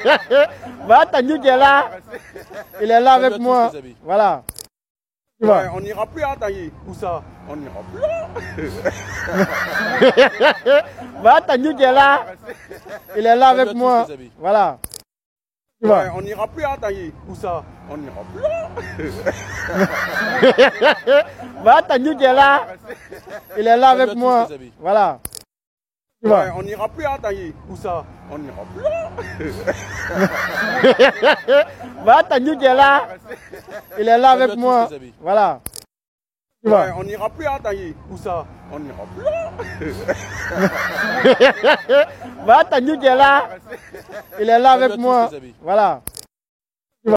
voilà, t'as dit qu'il est là. Il est là Salut à avec tous, moi. les amis. Voilà. Tu Ouais, vois. Eh, on n'ira plus à Tanguy. Ah. Où ça On n'ira plus là. Voilà, t'as dit qu'il est là. Il est là Salut à avec tous, moi. les amis. Voilà. Tu vois. Ouais, Eh, on n'ira plus à Tanguy. Ah. Où ça Ah. On n'ira plus là. Voilà, t'as dit qu'il est là. Il est là Salut à avec tous, moi. les amis. Voilà. Tu vois. Ouais, Eh, on n'ira plus à Tanguy. Où ça Ah. On n'ira plus là. Voilà, t'as dit qu'il est là. Il est là Salut à avec tous, les amis. moi. Voilà. Tu vois. Ouais, Eh, on n'ira plus à Tanguy. Où ça On n'ira plus là. Voilà, t'as dit qu'il est là. Il est là Salut à avec tous, moi. les amis. Voilà.